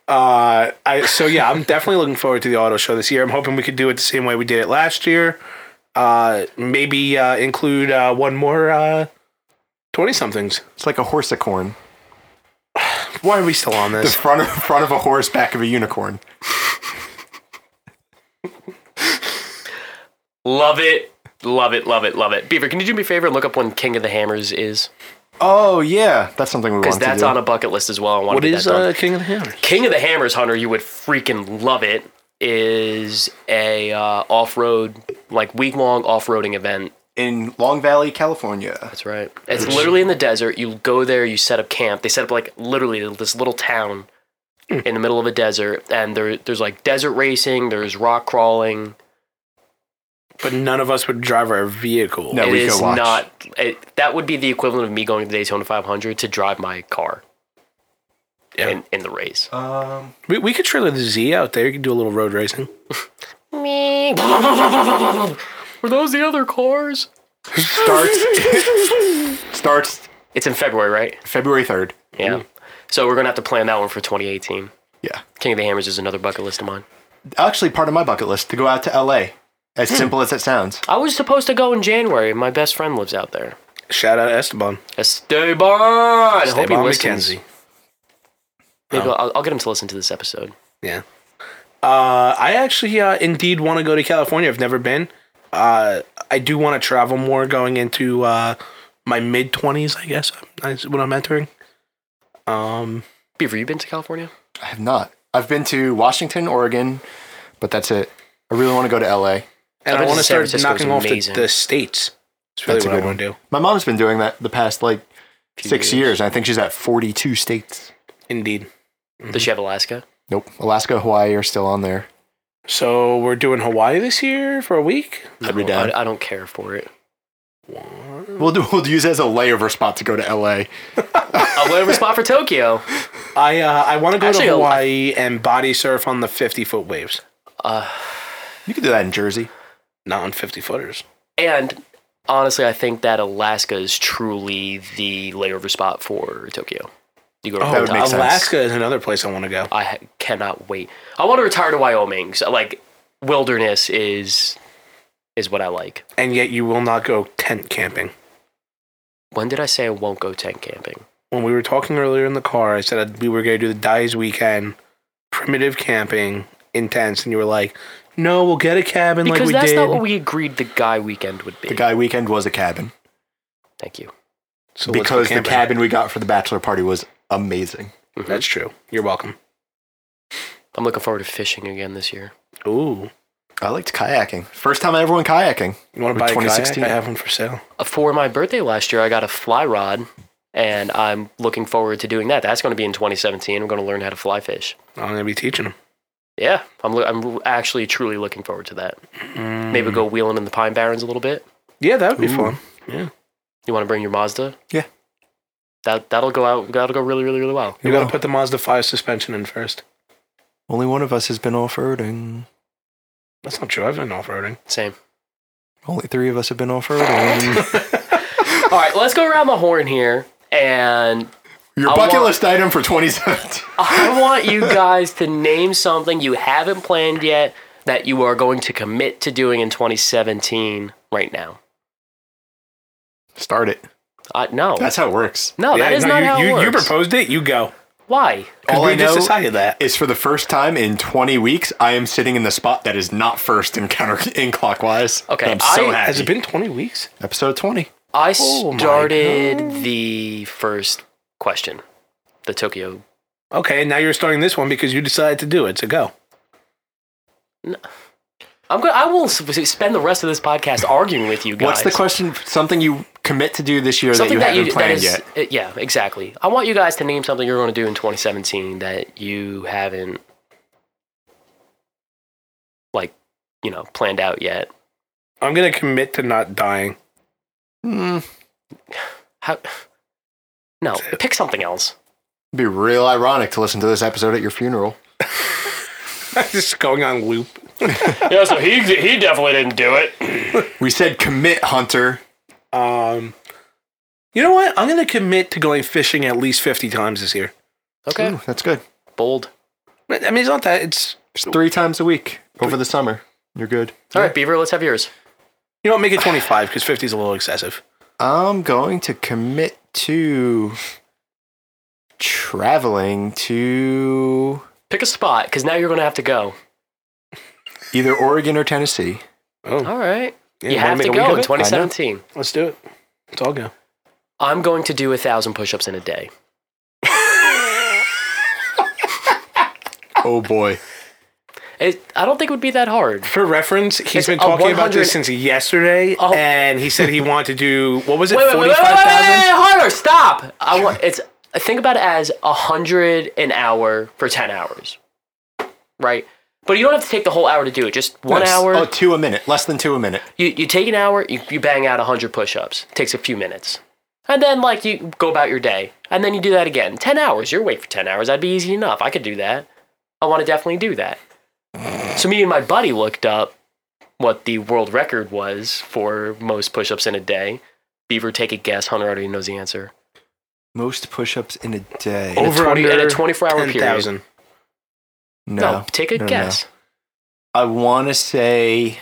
[SPEAKER 4] Uh, I so yeah, I'm definitely looking forward to the auto show this year. I'm hoping we could do it the same way we did it last year. Uh, maybe uh, include uh, one more uh, twenty somethings.
[SPEAKER 3] It's like a horsicorn.
[SPEAKER 4] Why are we still on
[SPEAKER 3] The
[SPEAKER 4] this?
[SPEAKER 3] front of front of a horse, back of a unicorn.
[SPEAKER 2] Love it. Love it, love it, love it. Beaver, can you do me a favor and look up when King of the Hammers is?
[SPEAKER 3] Oh yeah, that's something we want
[SPEAKER 2] Because
[SPEAKER 3] to do.
[SPEAKER 2] that's on a bucket list as well. I want
[SPEAKER 4] What
[SPEAKER 2] to get
[SPEAKER 4] is
[SPEAKER 2] that done.
[SPEAKER 4] uh, King of the Hammer?
[SPEAKER 2] King of the Hammers, Hunter, you would freaking love it. Is a uh, off-road, like week-long off-roading event.
[SPEAKER 3] in Long Valley, California.
[SPEAKER 2] That's right. It's literally in the desert. You go there, you set up camp. They set up like literally this little town in the middle of a desert, and there there's like desert racing, there's rock crawling,
[SPEAKER 4] But none of us would drive our vehicle.
[SPEAKER 3] No.
[SPEAKER 2] It
[SPEAKER 3] we go
[SPEAKER 2] is
[SPEAKER 3] watch.
[SPEAKER 2] not. It, that would be the equivalent of me going to the Daytona 500 to drive my car
[SPEAKER 4] Yeah.
[SPEAKER 2] in, in the race.
[SPEAKER 3] Um,
[SPEAKER 4] We, we could trailer the Z out there. You could do a little road racing.
[SPEAKER 2] Were those the other cars?
[SPEAKER 3] starts starts
[SPEAKER 2] It's in February, right?
[SPEAKER 3] February third.
[SPEAKER 2] Yeah.
[SPEAKER 3] Mm-hmm.
[SPEAKER 2] So we're gonna have to plan that one for 2018.
[SPEAKER 3] Yeah,
[SPEAKER 2] King of the Hammers is another bucket list of mine.
[SPEAKER 3] actually, part of my bucket list to go out to L.A. As simple as it sounds.
[SPEAKER 2] I was supposed to go in January. My best friend lives out there.
[SPEAKER 4] Shout out Esteban.
[SPEAKER 2] Esteban. I hope he
[SPEAKER 4] Esteban
[SPEAKER 2] listens.
[SPEAKER 4] McKenzie.
[SPEAKER 2] Maybe
[SPEAKER 3] Oh.
[SPEAKER 2] I'll, I'll get him to listen to this episode.
[SPEAKER 4] Yeah. Uh, I actually uh, indeed want to go to California. I've never been. Uh, I do want to travel more going into uh, my mid 20s, I guess, is what I'm entering. Um,
[SPEAKER 2] Beaver, you been to California?
[SPEAKER 3] I have not. I've been to Washington, Oregon, but that's it. I really want to go to L.A.
[SPEAKER 2] I've been
[SPEAKER 4] and I
[SPEAKER 2] to
[SPEAKER 4] want
[SPEAKER 2] San
[SPEAKER 4] to start
[SPEAKER 2] Francisco, it's
[SPEAKER 4] knocking off the,
[SPEAKER 2] amazing.
[SPEAKER 4] the states. That's really
[SPEAKER 3] That's a
[SPEAKER 4] what I
[SPEAKER 3] good
[SPEAKER 4] want to do.
[SPEAKER 3] My mom's been doing that the past like
[SPEAKER 2] Few
[SPEAKER 3] six years, and I think she's at 42 states.
[SPEAKER 4] Indeed.
[SPEAKER 2] Does she have Alaska?
[SPEAKER 3] Nope, Alaska, Hawaii are still on there.
[SPEAKER 4] So we're doing Hawaii this year for a week.
[SPEAKER 3] I'd be
[SPEAKER 2] No,
[SPEAKER 3] down.
[SPEAKER 2] I, I don't care for it.
[SPEAKER 3] We'll do. We'll use it as a layover spot to go to L.A.
[SPEAKER 2] I'll whatever spot for Tokyo.
[SPEAKER 4] I uh, I want to go
[SPEAKER 2] Actually,
[SPEAKER 4] to
[SPEAKER 2] a lot-
[SPEAKER 4] Hawaii and body surf on the 50 foot waves,
[SPEAKER 2] Uh,
[SPEAKER 3] You could do that in Jersey.
[SPEAKER 4] not on 50 footers.
[SPEAKER 2] and honestly, I think that Alaska is truly the layover spot for Tokyo. You go to
[SPEAKER 3] Oh, that would
[SPEAKER 2] Hawaii.
[SPEAKER 3] make sense.
[SPEAKER 4] Oh, Alaska is another place I want to go.
[SPEAKER 2] I ha- cannot wait. I want to retire to Wyoming. So, like wilderness is is what I like.
[SPEAKER 4] and yet you will not go tent camping.
[SPEAKER 2] When did I say I won't go tent camping?
[SPEAKER 4] When we were talking earlier in the car, I said that we were going to do the Dies weekend, primitive camping, intense, and you were like, "No, we'll get a cabin
[SPEAKER 2] Because
[SPEAKER 4] like we
[SPEAKER 2] that's
[SPEAKER 4] did."
[SPEAKER 2] not what we agreed the guy weekend would be.
[SPEAKER 3] The guy weekend was a cabin
[SPEAKER 2] Thank you.
[SPEAKER 4] so let's go
[SPEAKER 3] because the
[SPEAKER 4] camping.
[SPEAKER 3] cabin we got for the bachelor party was amazing.
[SPEAKER 4] That's true. You're welcome.
[SPEAKER 2] Mm-hmm. I'm looking forward to fishing again this year.
[SPEAKER 4] Ooh,
[SPEAKER 3] I liked kayaking. First time I ever went kayaking.
[SPEAKER 4] you want
[SPEAKER 3] For
[SPEAKER 4] to buy a kayak?
[SPEAKER 3] 2016.
[SPEAKER 4] I have one for sale.
[SPEAKER 2] Uh, For my birthday last year, I got a fly rod, and I'm looking forward to doing that. That's going to be in 2017. I'm going to learn how to fly fish.
[SPEAKER 4] I'm gonna be teaching them.
[SPEAKER 2] Yeah, I'm, lo- I'm actually truly looking forward to that.
[SPEAKER 3] Mm.
[SPEAKER 2] Maybe go wheeling in the Pine Barrens a little bit.
[SPEAKER 4] Mm. Yeah, that would be
[SPEAKER 3] Ooh.
[SPEAKER 4] fun. Yeah,
[SPEAKER 2] You want to bring your Mazda?
[SPEAKER 3] Yeah.
[SPEAKER 2] That that'll go out. That'll go really, really, really well.
[SPEAKER 4] you
[SPEAKER 3] You
[SPEAKER 4] got to
[SPEAKER 3] will.
[SPEAKER 4] put the Mazda Five suspension in first.
[SPEAKER 3] Only one of us has been off-roading.
[SPEAKER 4] That's not true. I've been off-roading.
[SPEAKER 2] Same.
[SPEAKER 3] Only three of us have been off-roading.
[SPEAKER 2] All right, let's go around the horn here, and
[SPEAKER 3] Your
[SPEAKER 2] I
[SPEAKER 3] bucket
[SPEAKER 2] want-
[SPEAKER 3] list item for 2017.
[SPEAKER 2] I want you guys to name something you haven't planned yet that you are going to commit to doing in 2017 right now.
[SPEAKER 3] Start it.
[SPEAKER 2] Uh, no,
[SPEAKER 3] That's how it works.
[SPEAKER 2] no,
[SPEAKER 4] yeah,
[SPEAKER 2] Oh, that is not
[SPEAKER 4] you,
[SPEAKER 2] how
[SPEAKER 4] you,
[SPEAKER 2] it works.
[SPEAKER 4] You proposed it. You go.
[SPEAKER 2] Why?
[SPEAKER 4] 'Cause
[SPEAKER 3] All
[SPEAKER 4] we
[SPEAKER 3] I
[SPEAKER 4] just
[SPEAKER 3] know
[SPEAKER 4] decided that.
[SPEAKER 3] It's for the first time in 20 weeks I am sitting in the spot that is not first in counter in clockwise.
[SPEAKER 2] Okay,
[SPEAKER 3] I'm so
[SPEAKER 2] I-
[SPEAKER 3] happy.
[SPEAKER 4] Has it been 20 weeks?
[SPEAKER 3] Episode 20.
[SPEAKER 2] I
[SPEAKER 4] Oh my
[SPEAKER 2] started the first question, the Tokyo.
[SPEAKER 4] Okay, now you're starting this one because you decided to do it. So go.
[SPEAKER 2] I'm going. I will s- s- spend the rest of this podcast arguing with you guys.
[SPEAKER 3] What's the question? Something you commit to do this year
[SPEAKER 2] something
[SPEAKER 3] that
[SPEAKER 2] that
[SPEAKER 3] you
[SPEAKER 2] you,
[SPEAKER 3] haven't
[SPEAKER 2] that
[SPEAKER 3] planned
[SPEAKER 2] is,
[SPEAKER 3] yet?
[SPEAKER 2] uh, yeah, exactly. I want you guys to name something you're going to do in 2017 that you haven't, like, you know, planned out yet.
[SPEAKER 4] I'm gonna commit to not dying.
[SPEAKER 2] How? No, pick something else.
[SPEAKER 3] It'd be real ironic to listen to this episode at your funeral.
[SPEAKER 4] Just going on loop.
[SPEAKER 2] yeah, so he he definitely didn't do it.
[SPEAKER 3] We said commit, Hunter.
[SPEAKER 4] Um, you know what? I'm gonna commit to going fishing at least 50 times this year.
[SPEAKER 2] Okay,
[SPEAKER 3] Ooh, that's good.
[SPEAKER 2] bold.
[SPEAKER 4] I I mean, it's not that. It's
[SPEAKER 3] It's three times a week over the summer. You're good.
[SPEAKER 2] All right, Beaver, let's have yours.
[SPEAKER 4] you know, make it 25 because 50 is a little excessive.
[SPEAKER 3] I'm going to commit to traveling to
[SPEAKER 2] Pick a spot because now you're going to have to go.
[SPEAKER 3] either Oregon or Tennessee.
[SPEAKER 4] Oh,
[SPEAKER 2] All right,
[SPEAKER 4] yeah,
[SPEAKER 2] you
[SPEAKER 4] wanna
[SPEAKER 2] have
[SPEAKER 4] make
[SPEAKER 2] to
[SPEAKER 4] a week
[SPEAKER 2] go
[SPEAKER 4] of
[SPEAKER 2] in
[SPEAKER 4] it?
[SPEAKER 2] 2017.
[SPEAKER 4] Let's do it. Let's all go.
[SPEAKER 2] I'm going to do a thousand push-ups in a day.
[SPEAKER 3] Oh boy.
[SPEAKER 2] It, I don't think it would be that hard.
[SPEAKER 4] For reference, he's
[SPEAKER 2] It's
[SPEAKER 4] been
[SPEAKER 2] a
[SPEAKER 4] talking about
[SPEAKER 2] 100
[SPEAKER 4] this since yesterday,
[SPEAKER 2] Oh.
[SPEAKER 4] and he said he wanted to do what was it,
[SPEAKER 2] wait, wait, wait, wait, wait, wait, wait, wait,
[SPEAKER 4] 45,000?
[SPEAKER 2] wait, Hunter, stop! I want it's. I think about it as a hundred an hour for ten hours, right? But you don't have to take the whole hour to do it. Just one
[SPEAKER 3] Nice.
[SPEAKER 2] hour.
[SPEAKER 3] Oh, two a minute. Less than two a minute.
[SPEAKER 2] You, you take an hour, you, you bang out 100 push ups. Takes a few minutes. And then, like, you go about your day. And then you do that again. 10 hours. You're awake for 10 hours. That'd be easy enough. I could do that. I want to definitely do that. So, me and my buddy looked up what the world record was for most push ups in a day. Beaver, take a guess. Hunter already knows the answer.
[SPEAKER 3] Most push-ups in a day.
[SPEAKER 2] Oh, a 20 in a
[SPEAKER 4] under
[SPEAKER 2] 24 hour period.
[SPEAKER 4] 10,000.
[SPEAKER 2] No, take a
[SPEAKER 3] no, no.
[SPEAKER 2] guess.
[SPEAKER 3] I want to say.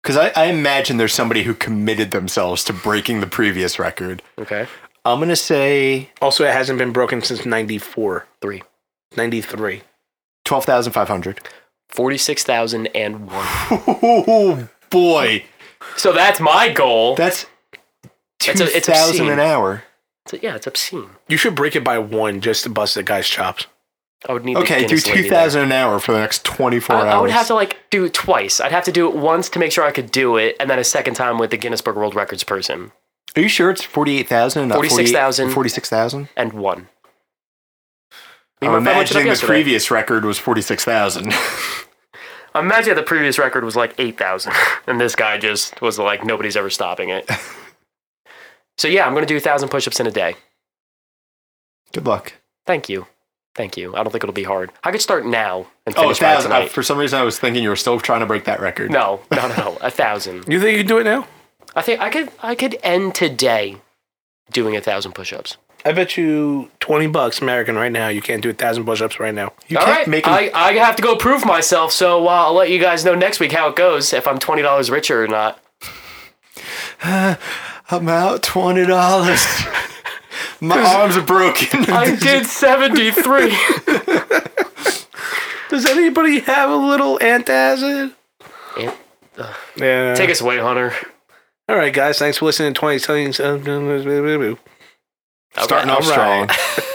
[SPEAKER 3] Because I, I imagine there's somebody who committed themselves to breaking the previous record.
[SPEAKER 2] Okay.
[SPEAKER 3] I'm going to say
[SPEAKER 4] Also, it hasn't been broken since 94,
[SPEAKER 2] Three.
[SPEAKER 4] 93.
[SPEAKER 3] 12,500.
[SPEAKER 2] 46,001.
[SPEAKER 3] Oh, boy.
[SPEAKER 2] So that's my goal.
[SPEAKER 3] That's
[SPEAKER 2] That's a- it's
[SPEAKER 3] 2,000
[SPEAKER 2] obscene.
[SPEAKER 3] an hour.
[SPEAKER 2] So, yeah, it's obscene.
[SPEAKER 4] You should break it by one just to bust the guy's chops.
[SPEAKER 2] I would need the
[SPEAKER 3] Okay, do
[SPEAKER 2] Guinness lady there.
[SPEAKER 3] 2,000 an hour for the next 24
[SPEAKER 2] I,
[SPEAKER 3] hours.
[SPEAKER 2] I would have to like do it twice. I'd have to do it once to make sure I could do it, and then a second time with the Guinness Book of World Records person,
[SPEAKER 3] Are you sure it's 48,000? and not
[SPEAKER 2] 46,000.
[SPEAKER 3] 48 46,000?
[SPEAKER 2] and one.
[SPEAKER 3] I'm
[SPEAKER 2] Even if I looked it up
[SPEAKER 3] imagining the
[SPEAKER 2] yesterday.
[SPEAKER 3] previous record was 46,000.
[SPEAKER 2] Imagine the previous record was like eight thousand, and this guy just was like nobody's ever stopping it. so yeah, I'm gonna do thousand push-ups in a day.
[SPEAKER 3] Good luck.
[SPEAKER 2] Thank you, thank you. I don't think it'll be hard. I could start now and
[SPEAKER 3] Oh,
[SPEAKER 2] finish by
[SPEAKER 3] 1,000. I-
[SPEAKER 2] tonight.
[SPEAKER 3] For some reason, I was thinking you were still trying to break that record.
[SPEAKER 2] No, no, no, no, a thousand.
[SPEAKER 4] You think you can do it now?
[SPEAKER 2] I think I could I could end today doing a thousand push-ups.
[SPEAKER 4] I bet you 20 bucks American right now. You can't do a thousand push ups right now.
[SPEAKER 3] You
[SPEAKER 2] All
[SPEAKER 3] can't
[SPEAKER 2] right,
[SPEAKER 3] make 'em-
[SPEAKER 2] I, I have to go prove myself, so uh, I'll let you guys know next week how it goes if I'm twenty dollars richer or not.
[SPEAKER 3] I'm out twenty dollars. My arms are broken.
[SPEAKER 2] I did seventy three.
[SPEAKER 4] Does anybody have a little antacid? Yeah.
[SPEAKER 2] Take us away, Hunter.
[SPEAKER 4] All right, guys. Thanks for listening to 20 Somethings.
[SPEAKER 3] Starting off
[SPEAKER 2] All right.
[SPEAKER 3] strong.